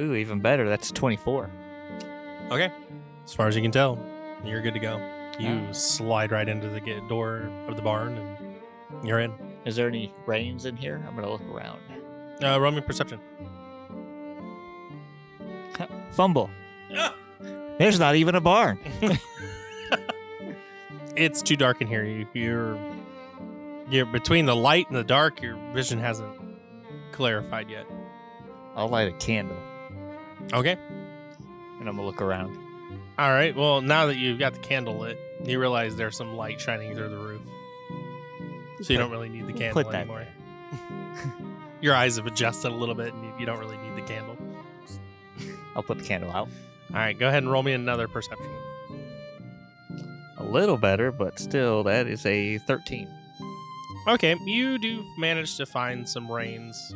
[SPEAKER 5] Ooh, even better. That's 24.
[SPEAKER 2] As far as you can tell, you're good to go. You slide right into the gate door of the barn, and you're in.
[SPEAKER 5] Is there any reins in here? I'm gonna look around.
[SPEAKER 2] Uh, roll me perception.
[SPEAKER 5] Fumble. There's not even a barn.
[SPEAKER 2] it's too dark in here. You, you're you're between the light and the dark. Your vision hasn't clarified yet.
[SPEAKER 5] I'll light a candle
[SPEAKER 2] Okay.
[SPEAKER 5] and I'm gonna look around.
[SPEAKER 2] All right. Well, now that you've got the candle lit, you realize there's some light shining through the roof, so you don't really need the candle
[SPEAKER 5] Put that
[SPEAKER 2] anymore. Your eyes have adjusted a little bit, and you, you don't really need the candle.
[SPEAKER 5] I'll put the candle out.
[SPEAKER 2] All right. Go ahead and roll me another perception.
[SPEAKER 5] little better, but still, that is a 13.
[SPEAKER 2] Okay, you do manage to find some reins.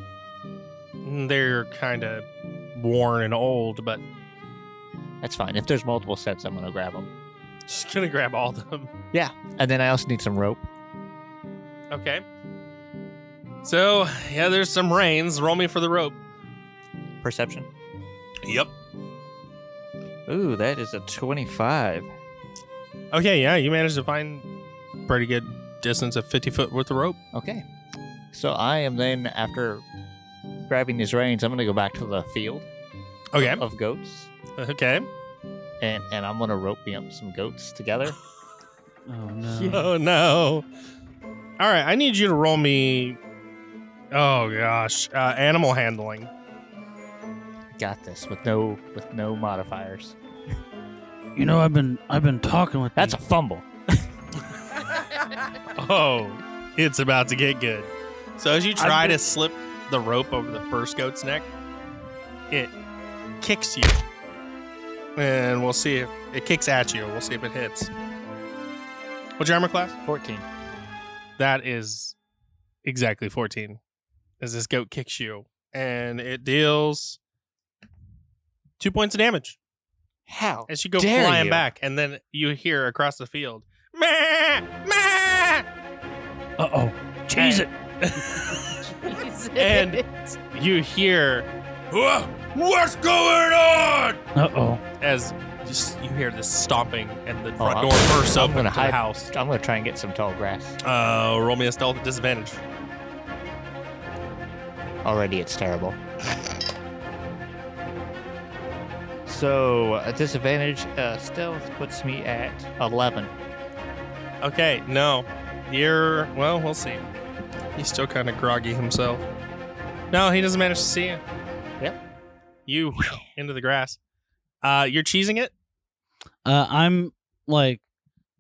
[SPEAKER 2] They're kind of worn and old, but
[SPEAKER 5] That's fine. If there's multiple sets, I'm going to grab them.
[SPEAKER 2] just gonna grab all of them.
[SPEAKER 5] And then I also need some rope.
[SPEAKER 2] Okay. So, yeah, there's some reins. Roll me for the rope.
[SPEAKER 5] Perception.
[SPEAKER 2] Yep.
[SPEAKER 5] Ooh, that is a 25.
[SPEAKER 2] Okay, yeah, you managed to find pretty good distance of 50 foot worth of rope.
[SPEAKER 5] Okay. So I am then, after grabbing these reins, I'm going to go back to the field
[SPEAKER 2] Okay.
[SPEAKER 5] of goats.
[SPEAKER 2] Okay.
[SPEAKER 5] And, and I'm going to rope me up some goats together.
[SPEAKER 3] Oh no.
[SPEAKER 4] Yeah.
[SPEAKER 2] Oh no. All right, I need you to roll me. Oh gosh, uh, animal handling.
[SPEAKER 5] Got this with no with no modifiers.
[SPEAKER 3] You know, I've been I've been talking with
[SPEAKER 5] That's a
[SPEAKER 3] these-
[SPEAKER 5] fumble.
[SPEAKER 2] Oh, it's about to get good. So as you
[SPEAKER 4] I'm
[SPEAKER 2] try to
[SPEAKER 4] just-
[SPEAKER 2] slip the rope over the first goat's neck, it kicks you, and we'll see if it kicks at you. We'll see if it hits. What's your armor class?
[SPEAKER 5] 14.
[SPEAKER 2] That is exactly 14. As this goat kicks you, and it deals two points of damage.
[SPEAKER 5] How?
[SPEAKER 2] as you go
[SPEAKER 5] dare
[SPEAKER 2] flying
[SPEAKER 5] you.
[SPEAKER 2] back, and then you hear across the field, "Meh, meh."
[SPEAKER 3] Uh oh. Cheese it.
[SPEAKER 2] And- You hear, "Wha- "What's going on?"
[SPEAKER 3] Uh oh.
[SPEAKER 2] As just you hear this stomping, and the front
[SPEAKER 5] I'm-
[SPEAKER 2] door bursts
[SPEAKER 5] Oh, I'm
[SPEAKER 2] open
[SPEAKER 5] gonna
[SPEAKER 2] to the
[SPEAKER 5] hide.
[SPEAKER 2] house.
[SPEAKER 5] I'm going to try and get some tall grass.
[SPEAKER 2] Uh, roll me a stealth at disadvantage.
[SPEAKER 5] Already it's terrible. So, a disadvantage uh, stealth puts me at 11.
[SPEAKER 2] Okay, no, you're well. We'll see. He's still kind of groggy himself. No, he doesn't manage to see you.
[SPEAKER 5] Yep.
[SPEAKER 2] You into the grass. Uh, you're cheesing it.
[SPEAKER 3] Uh, I'm like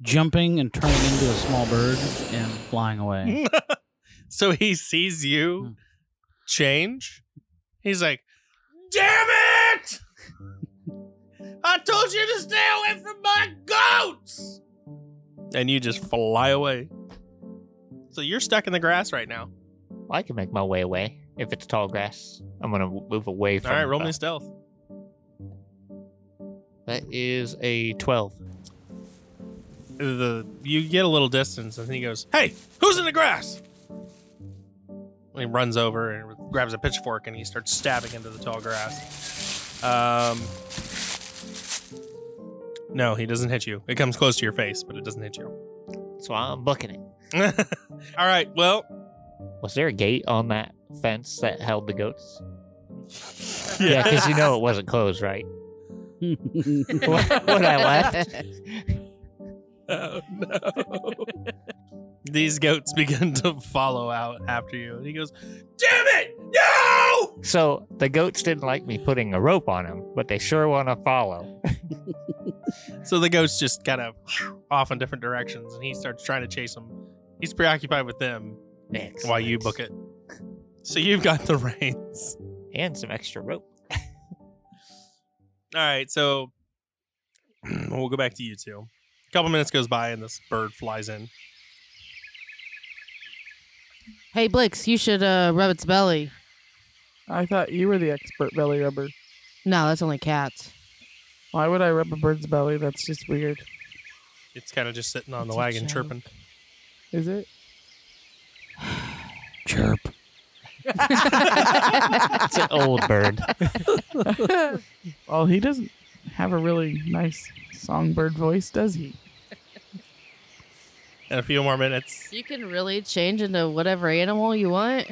[SPEAKER 3] jumping and turning into a small bird and flying away.
[SPEAKER 2] so he sees
[SPEAKER 5] Hmm.
[SPEAKER 2] you change. He's like, "Damn it! I told you to stay away from my goats!" And you just fly away. So you're stuck in the grass right now.
[SPEAKER 5] I can make my way away if it's tall grass. I'm going to move away from
[SPEAKER 2] All right, roll
[SPEAKER 5] uh,
[SPEAKER 2] me stealth.
[SPEAKER 5] That is a 12.
[SPEAKER 2] The you get a little distance, and he goes, "Hey, who's in the grass?" And he runs over and grabs a pitchfork, and he starts stabbing into the tall grass. Um, no, he doesn't hit you. It comes close to your face, but it doesn't hit you.
[SPEAKER 5] So I'm booking it.
[SPEAKER 2] All right, well,
[SPEAKER 5] Was there a gate on that fence that held the goats? Yeah, because you know it wasn't closed, right? when I left?
[SPEAKER 2] Oh no. These goats begin to follow out after you. And he goes, Damn it! No!
[SPEAKER 5] So the goats didn't like me putting a rope on them, but they sure want to follow.
[SPEAKER 2] So the goats just kind of off in different directions and he starts trying to chase them. He's preoccupied with them while you book it. So you've got the reins.
[SPEAKER 5] And some extra rope.
[SPEAKER 2] All right, so we'll go back to you two. A couple minutes goes by and this bird flies in.
[SPEAKER 6] hey, Blix, you should uh, rub its belly.
[SPEAKER 4] I thought you were the expert belly rubber.
[SPEAKER 6] No, that's only cats.
[SPEAKER 4] Why would I rub a bird's belly? That's just weird.
[SPEAKER 2] It's kind of just sitting on
[SPEAKER 6] It's
[SPEAKER 2] the
[SPEAKER 6] a
[SPEAKER 2] wagon
[SPEAKER 6] joke.
[SPEAKER 2] chirping.
[SPEAKER 4] Is it?
[SPEAKER 3] Chirp.
[SPEAKER 5] It's an old bird.
[SPEAKER 4] Well, he doesn't have a really nice songbird voice, does he?
[SPEAKER 2] In a few more minutes,
[SPEAKER 6] You can really change into whatever animal you want.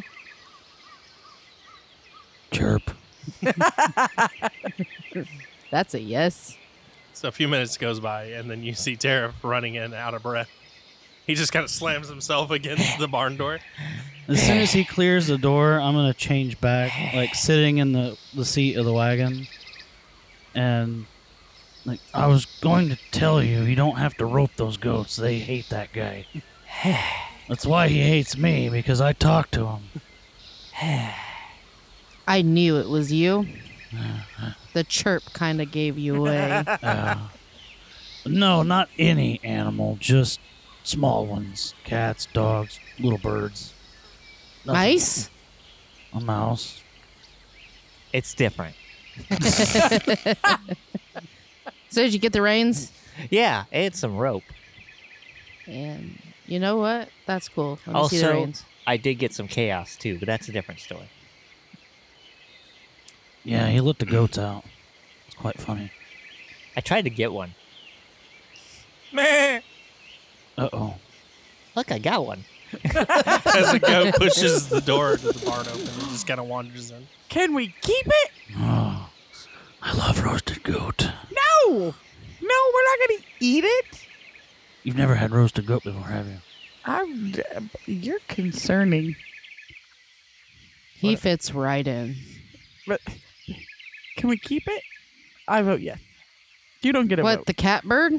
[SPEAKER 3] Chirp.
[SPEAKER 6] That's a yes.
[SPEAKER 2] So a few minutes goes by, and then you see Tariff running in out of breath. He just kind of slams himself against the barn door.
[SPEAKER 3] As soon as he clears the door, I'm gonna change back, like sitting in the, the seat of the wagon, and like I was going to tell you, you don't have to rope those goats. They hate that guy. That's why he hates me because I talk to him.
[SPEAKER 6] I knew it was you. The chirp kind of gave you away.
[SPEAKER 3] Uh, No, not any animal, just small ones. Cats, dogs, little birds. Nothing.
[SPEAKER 6] Mice?
[SPEAKER 3] A mouse.
[SPEAKER 5] It's different.
[SPEAKER 6] So did you get the reins?
[SPEAKER 5] Yeah, and some rope.
[SPEAKER 6] And you know what? That's cool. Let me see the
[SPEAKER 5] Also-
[SPEAKER 6] reins.
[SPEAKER 5] I did get some chaos too, but that's a different story.
[SPEAKER 3] Yeah, he let the goats out. It's quite funny.
[SPEAKER 5] I tried to get one.
[SPEAKER 2] Meh.
[SPEAKER 3] Uh oh.
[SPEAKER 5] Look, I got one.
[SPEAKER 2] As a goat pushes the door to the barn open and just kind of wanders in.
[SPEAKER 4] Can we keep it?
[SPEAKER 3] Oh, I love roasted goat.
[SPEAKER 4] No! No, we're not gonna eat it.
[SPEAKER 3] You've never had roasted goat before, have you?
[SPEAKER 4] I'm, you're concerning.
[SPEAKER 6] He fits right in.
[SPEAKER 4] But can we keep it? I vote yes. You don't get a
[SPEAKER 6] What,
[SPEAKER 4] vote.
[SPEAKER 6] the catbird?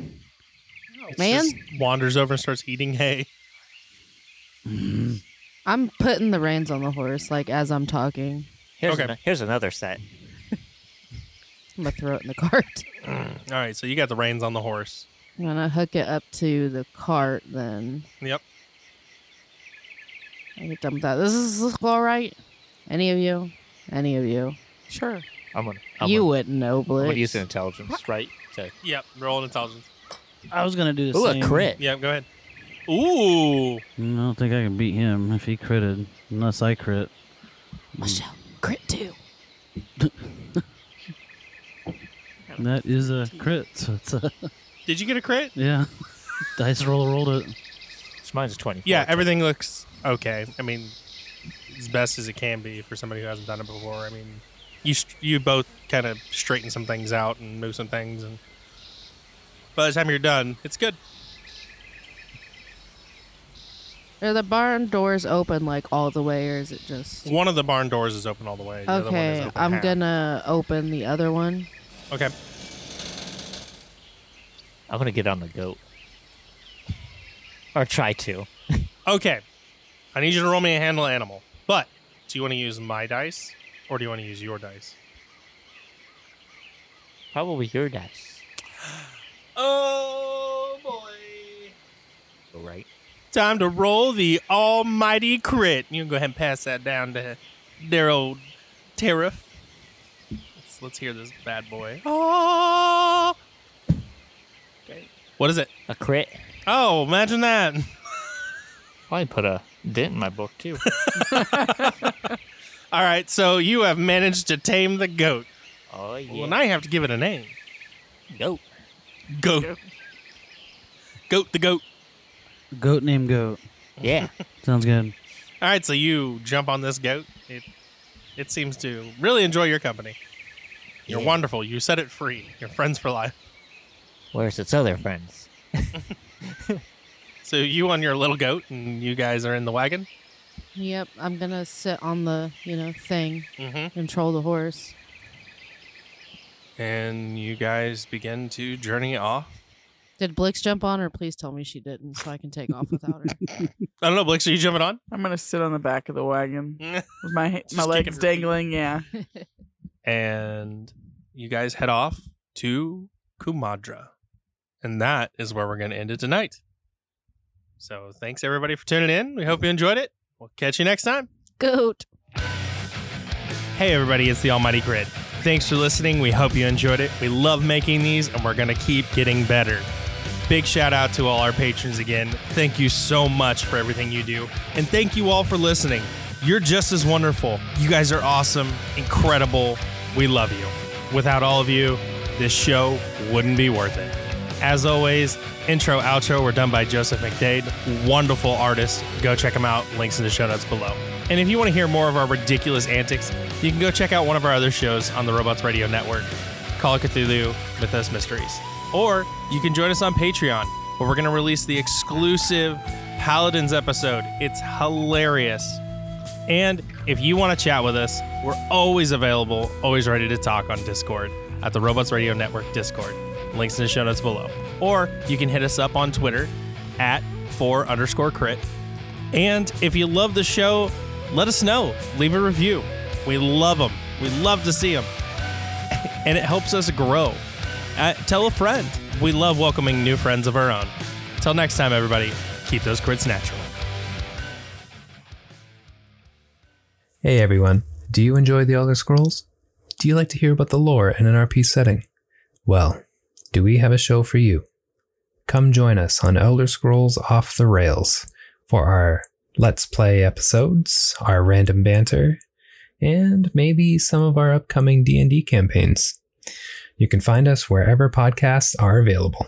[SPEAKER 2] It's
[SPEAKER 6] Man?
[SPEAKER 2] just wanders over and starts eating hay.
[SPEAKER 3] Mm-hmm.
[SPEAKER 6] I'm putting the reins on the horse, like as I'm talking.
[SPEAKER 5] Here's,
[SPEAKER 2] Okay.
[SPEAKER 5] ano- here's another set.
[SPEAKER 6] I'm gonna throw it in the cart.
[SPEAKER 2] All right, so you got the reins on the horse.
[SPEAKER 6] I'm gonna hook it up to the cart then.
[SPEAKER 2] Yep.
[SPEAKER 6] I get done with that. This is this all right? Any of you? Any of you?
[SPEAKER 4] Sure.
[SPEAKER 5] I'm gonna. I'm
[SPEAKER 6] you
[SPEAKER 5] gonna,
[SPEAKER 6] wouldn't know,
[SPEAKER 5] I'm
[SPEAKER 6] Blitz.
[SPEAKER 5] gonna use an intelligence, right? To,
[SPEAKER 2] Yep, roll intelligence.
[SPEAKER 3] I was gonna do the
[SPEAKER 5] ooh, a
[SPEAKER 3] same.
[SPEAKER 5] crit.
[SPEAKER 2] Yep, go ahead. Ooh.
[SPEAKER 3] I don't think I can beat him if he critted, unless I crit.
[SPEAKER 6] Michelle, crit two.
[SPEAKER 3] That is a crit. So it's a
[SPEAKER 2] Did you get a crit?
[SPEAKER 3] yeah. Dice roll rolled it.
[SPEAKER 5] It's mine's a twenty.
[SPEAKER 2] Yeah, everything looks okay. I mean, as best as it can be for somebody who hasn't done it before. I mean, you st- you both kind of straighten some things out and move some things, and by the time you're done, it's good.
[SPEAKER 6] Are the barn doors open like all the way, or is it just?
[SPEAKER 2] One of the barn doors is open all the way. The other one is
[SPEAKER 6] Okay,
[SPEAKER 2] open
[SPEAKER 6] I'm
[SPEAKER 2] half.
[SPEAKER 6] gonna open the other one.
[SPEAKER 2] Okay,
[SPEAKER 5] I'm gonna get on the goat, or try to.
[SPEAKER 2] okay. I need you to roll me a handle animal. But do you want to use my dice or do you want to use your dice?
[SPEAKER 5] Probably your dice.
[SPEAKER 2] Oh boy!
[SPEAKER 5] Right.
[SPEAKER 2] Time to roll the almighty crit. You can go ahead and pass that down to Daryl Tariff. Let's, let's hear this bad boy. Oh! Okay. What is it?
[SPEAKER 5] A crit.
[SPEAKER 2] Oh, imagine that.
[SPEAKER 5] Probably put a dent in my book too.
[SPEAKER 2] All right, so you have managed to tame the goat.
[SPEAKER 5] oh yeah.
[SPEAKER 2] Well, now you have to give it a name.
[SPEAKER 5] goat.
[SPEAKER 2] Goat. Goat the goat.
[SPEAKER 3] Goat named Goat.
[SPEAKER 5] Yeah.
[SPEAKER 3] Sounds good.
[SPEAKER 2] All right, so you jump on this goat. It it seems to really enjoy your company. You're
[SPEAKER 5] Yeah.
[SPEAKER 2] wonderful. You set it free. You're friends for life.
[SPEAKER 5] Where's its other friends?
[SPEAKER 2] So you on your little goat, and you guys are in the wagon.
[SPEAKER 6] Yep, I'm gonna sit on the you know thing,
[SPEAKER 2] Mm-hmm.
[SPEAKER 6] control the horse.
[SPEAKER 2] And you guys begin to journey off.
[SPEAKER 6] Did Blix jump on her? Please tell me she didn't, so I can take off without her.
[SPEAKER 2] I don't know, Blix. Are you jumping on?
[SPEAKER 4] I'm gonna sit on the back of the wagon with my ha-
[SPEAKER 2] Just
[SPEAKER 4] my
[SPEAKER 2] kicking
[SPEAKER 4] legs
[SPEAKER 2] her feet.
[SPEAKER 4] dangling. Yeah.
[SPEAKER 2] and you guys head off to Kumadra, and that is where we're going to end it tonight. So thanks everybody for tuning in. We hope you enjoyed it. We'll catch you next time.
[SPEAKER 6] Goat.
[SPEAKER 2] Hey, everybody, it's the Almighty Grid. Thanks for listening. We hope you enjoyed it. We love making these, and we're going to keep getting better. Big shout out to all our patrons again. Thank you so much for everything you do. And thank you all for listening. You're just as wonderful. You guys are awesome, incredible. We love you. Without all of you, this show wouldn't be worth it. As always, intro, outro were done by Joseph McDade, wonderful artist. Go check him out. Links in the show notes below. And if you want to hear more of our ridiculous antics, you can go check out one of our other shows on the Robots Radio Network Call of Cthulhu, Mythos Mysteries. Or you can join us on Patreon, where we're going to release the exclusive Paladins episode. It's hilarious. And if you want to chat with us, we're always available, always ready to talk on Discord at the Robots Radio Network Discord. Links in the show notes below. Or you can hit us up on Twitter at four underscore crit. And if you love the show, let us know. Leave a review. We love them. We love to see them. And it helps us grow. Uh, tell a friend. We love welcoming new friends of our own. Till next time, everybody, keep those crits natural.
[SPEAKER 7] Hey everyone, do you enjoy The Elder Scrolls? Do you like to hear about the lore in an RP setting? Well, do we have a show for you? Come join us on Elder Scrolls Off the Rails for our Let's Play episodes, our random banter, and maybe some of our upcoming D&D campaigns. You can find us wherever podcasts are available.